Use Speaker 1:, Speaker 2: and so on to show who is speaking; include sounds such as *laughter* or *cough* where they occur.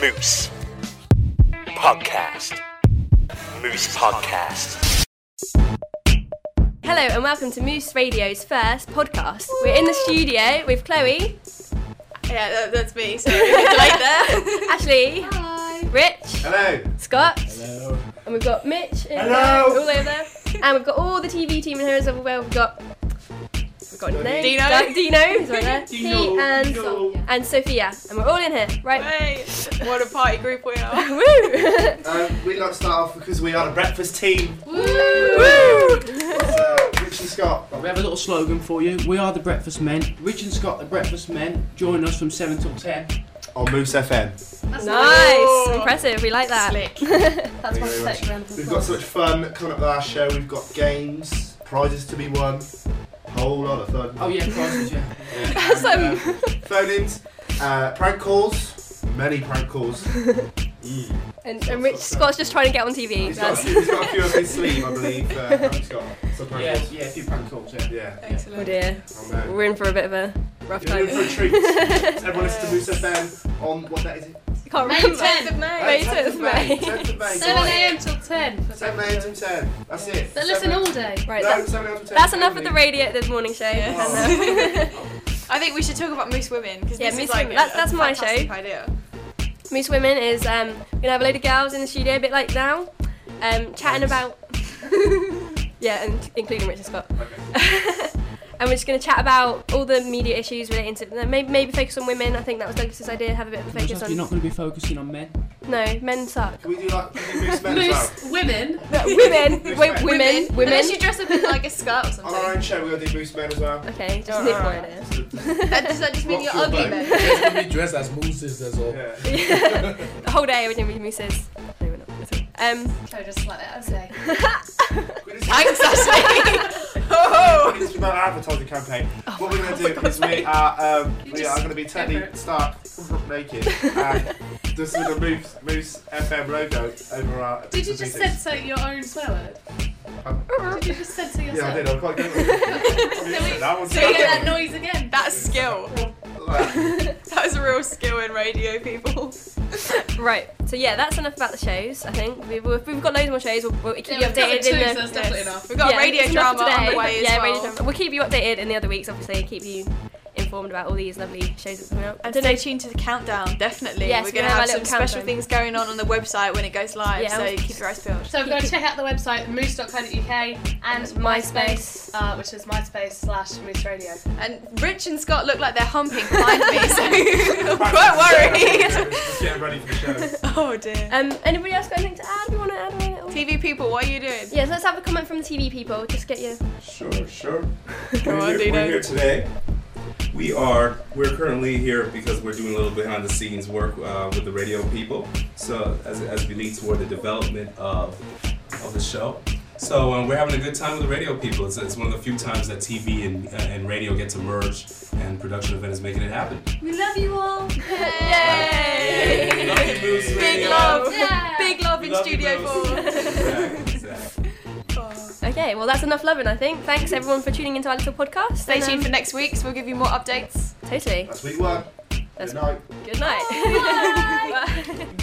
Speaker 1: Moose Podcast. Moose Podcast.
Speaker 2: Hello and welcome to Moose Radio's first podcast. We're in the studio with Chloe,
Speaker 3: Yeah, that, that's me. Sorry, *laughs* delayed there.
Speaker 2: Ashley, Rich,
Speaker 4: Hello.
Speaker 2: Scott, and we've got Mitch. In
Speaker 4: Hello.
Speaker 2: There, all over there. And we've got all the TV team in here as well. We've got we've got his name.
Speaker 3: Dino.
Speaker 2: Da- Dino is right there.
Speaker 4: Dino,
Speaker 2: He and
Speaker 4: Dino.
Speaker 2: and Sophia, and we're all in here, right?
Speaker 3: Hey, what a party group we are.
Speaker 2: Woo!
Speaker 4: Um, we'd like to start off because we are the breakfast team.
Speaker 2: *laughs* Woo!
Speaker 4: So, Rich and Scott.
Speaker 5: We have a little slogan for you. We are the Breakfast Men. Rich and Scott, the Breakfast Men. Join us from 7 till 10.
Speaker 4: On Moose FM.
Speaker 2: Nice,
Speaker 3: Ooh.
Speaker 2: impressive. We like that.
Speaker 4: Thank you very much. We've got so much fun coming up the last show. We've got games, prizes to be won, whole lot of fun. uh,
Speaker 5: Oh, yeah, prizes, yeah.
Speaker 2: Awesome.
Speaker 4: Phone-ins, uh, prank calls, many prank calls. Mm.
Speaker 2: *laughs* And, and Rich Scott's just trying to get on TV.
Speaker 4: He's got, a
Speaker 2: That's,
Speaker 4: few, he's got a few up his sleeve, I believe. Uh, Frank's got some prank
Speaker 5: Yeah,
Speaker 4: calls.
Speaker 5: yeah, a few prank calls, yeah.
Speaker 4: Yeah.
Speaker 2: oh
Speaker 3: Excellent.
Speaker 2: dear,
Speaker 4: Oh, man.
Speaker 2: we're in for a bit of a rough
Speaker 4: You're in
Speaker 2: time. *laughs*
Speaker 4: for a treat. Everyone listen to Moose FM on what that is. it?
Speaker 2: Can't
Speaker 6: May
Speaker 2: remember.
Speaker 6: 10th.
Speaker 3: Good
Speaker 2: May
Speaker 3: night.
Speaker 4: 10th of May. 10th of May.
Speaker 6: 7 a.m. till 10.
Speaker 4: 7 a.m. to 10. That's it.
Speaker 6: But listen all day.
Speaker 2: Right,
Speaker 4: No,
Speaker 2: that's,
Speaker 4: 7 a.m. to 10.
Speaker 2: that's enough of the radio, the morning show. And, uh, *laughs*
Speaker 3: I think we should talk about Moose Women because
Speaker 2: Yeah,
Speaker 3: Moose
Speaker 2: Moose
Speaker 3: is like
Speaker 2: Women. That's-
Speaker 3: a
Speaker 2: that's my
Speaker 3: fantastic
Speaker 2: show.
Speaker 3: Idea.
Speaker 2: Moose Women is um, we're gonna have a load of girls in the studio, a bit like now, um, chatting about *laughs* yeah, and including Richard Scott. and we're just gonna chat about all the media issues relating to maybe maybe focus on women. I think that was Douglas's idea. Have a bit of a
Speaker 5: Looks
Speaker 2: focus
Speaker 5: like You're
Speaker 2: on
Speaker 5: not going to be focusing on men.
Speaker 2: no men suck.
Speaker 4: Can we do like can we do Moose Men as well?
Speaker 6: Moose women.
Speaker 2: No, *laughs* women,
Speaker 4: Moose
Speaker 2: wo-
Speaker 4: men.
Speaker 2: women, women.
Speaker 3: Unless you dress up in like a skirt or
Speaker 4: On our
Speaker 3: something.
Speaker 4: own show, we're going to do Moose Men as
Speaker 6: *laughs*
Speaker 4: well.
Speaker 2: Okay, just
Speaker 3: Alright.
Speaker 2: nick my idea.
Speaker 3: that, does that just mean you're
Speaker 4: Rock
Speaker 3: ugly
Speaker 4: your boat.
Speaker 3: then?
Speaker 7: Just gonna be dressed as mooses, that's all.
Speaker 4: Yeah.
Speaker 2: *laughs* the whole day we're gonna be mooses. No, we're not. That's all. Um, *laughs*
Speaker 6: Chloe just like that, I say.
Speaker 4: We just-
Speaker 3: Thanks, Ashley. oh.
Speaker 4: It's about our advertising campaign.
Speaker 6: Oh
Speaker 4: what we're going to do is we are um, we are going to be
Speaker 6: go for
Speaker 4: Teddy
Speaker 6: it.
Speaker 4: Stark naked and just with a Moose Moose FM logo over our.
Speaker 6: Did you just
Speaker 4: faces.
Speaker 6: censor your own swear word? Did you just censor yourself?
Speaker 4: Yeah, I did. I'm quite good. at it. that one's
Speaker 6: *laughs* So you get that noise again.
Speaker 3: That's skill. That was a real skill in radio, people.
Speaker 2: Right. So yeah, that's enough about the shows. I think we've, we've, we've got loads more shows. We'll, we'll keep
Speaker 6: Yeah,
Speaker 2: you
Speaker 6: we've got
Speaker 2: updated
Speaker 6: the two,
Speaker 2: in
Speaker 6: so
Speaker 2: the.
Speaker 6: that's definitely enough.
Speaker 3: We've got
Speaker 2: yeah,
Speaker 3: radio
Speaker 2: it's enough
Speaker 3: drama
Speaker 2: today.
Speaker 3: on the way
Speaker 2: *laughs*
Speaker 3: as
Speaker 2: yeah,
Speaker 3: well.
Speaker 2: radio drama. We'll keep you updated in the other weeks, obviously, and keep you informed about all these lovely shows that are coming up.
Speaker 3: And stay tuned to the countdown, definitely.
Speaker 2: Yes,
Speaker 3: we're
Speaker 2: we're
Speaker 3: going
Speaker 2: gonna
Speaker 3: to have,
Speaker 2: have
Speaker 3: some
Speaker 2: a little
Speaker 3: special
Speaker 2: countdown.
Speaker 3: things going on on the website when it goes live,
Speaker 2: Yeah.
Speaker 3: so keep your eyes peeled.
Speaker 6: So we've got to check out the website moose.co.uk and
Speaker 2: MySpace.
Speaker 6: MySpace, uh, which is MySpace slash Moose Radio.
Speaker 3: And Rich and Scott look like they're humping behind me, so *laughs* I'm quite worried.
Speaker 4: Just getting ready for the show.
Speaker 3: *laughs* oh dear.
Speaker 2: Um, anybody else got anything to add? We want to add a little. Yes,
Speaker 3: TV Um, people, what are you doing?
Speaker 2: let's have a comment from the TV people. Just get your.
Speaker 8: Sure, sure.
Speaker 3: Come
Speaker 8: we're,
Speaker 3: on,
Speaker 8: here,
Speaker 3: Dino.
Speaker 8: we're here today. We are. We're currently here because we're doing a little behind the scenes work uh, with the radio people. So as, as we lead toward the development of of the show. So um, we're having a good time with the radio people. It's, it's one of the few times that TV and, uh, and radio get to merge, and production event is making it happen.
Speaker 6: We love you all.
Speaker 3: Yay!
Speaker 8: Love you, Moose
Speaker 3: Big
Speaker 8: Radio.
Speaker 3: love.
Speaker 6: Yeah.
Speaker 3: Big love
Speaker 8: We
Speaker 3: in
Speaker 8: love you,
Speaker 3: Studio
Speaker 8: Moose.
Speaker 3: 4.
Speaker 8: Exactly, exactly.
Speaker 2: Okay, well that's enough loving, I think. Thanks everyone for tuning into our little podcast. um,
Speaker 3: Stay tuned for next week, so we'll give you more updates.
Speaker 2: Totally.
Speaker 4: That's week one.
Speaker 2: That's-
Speaker 4: Good night.
Speaker 2: Good night. Bye.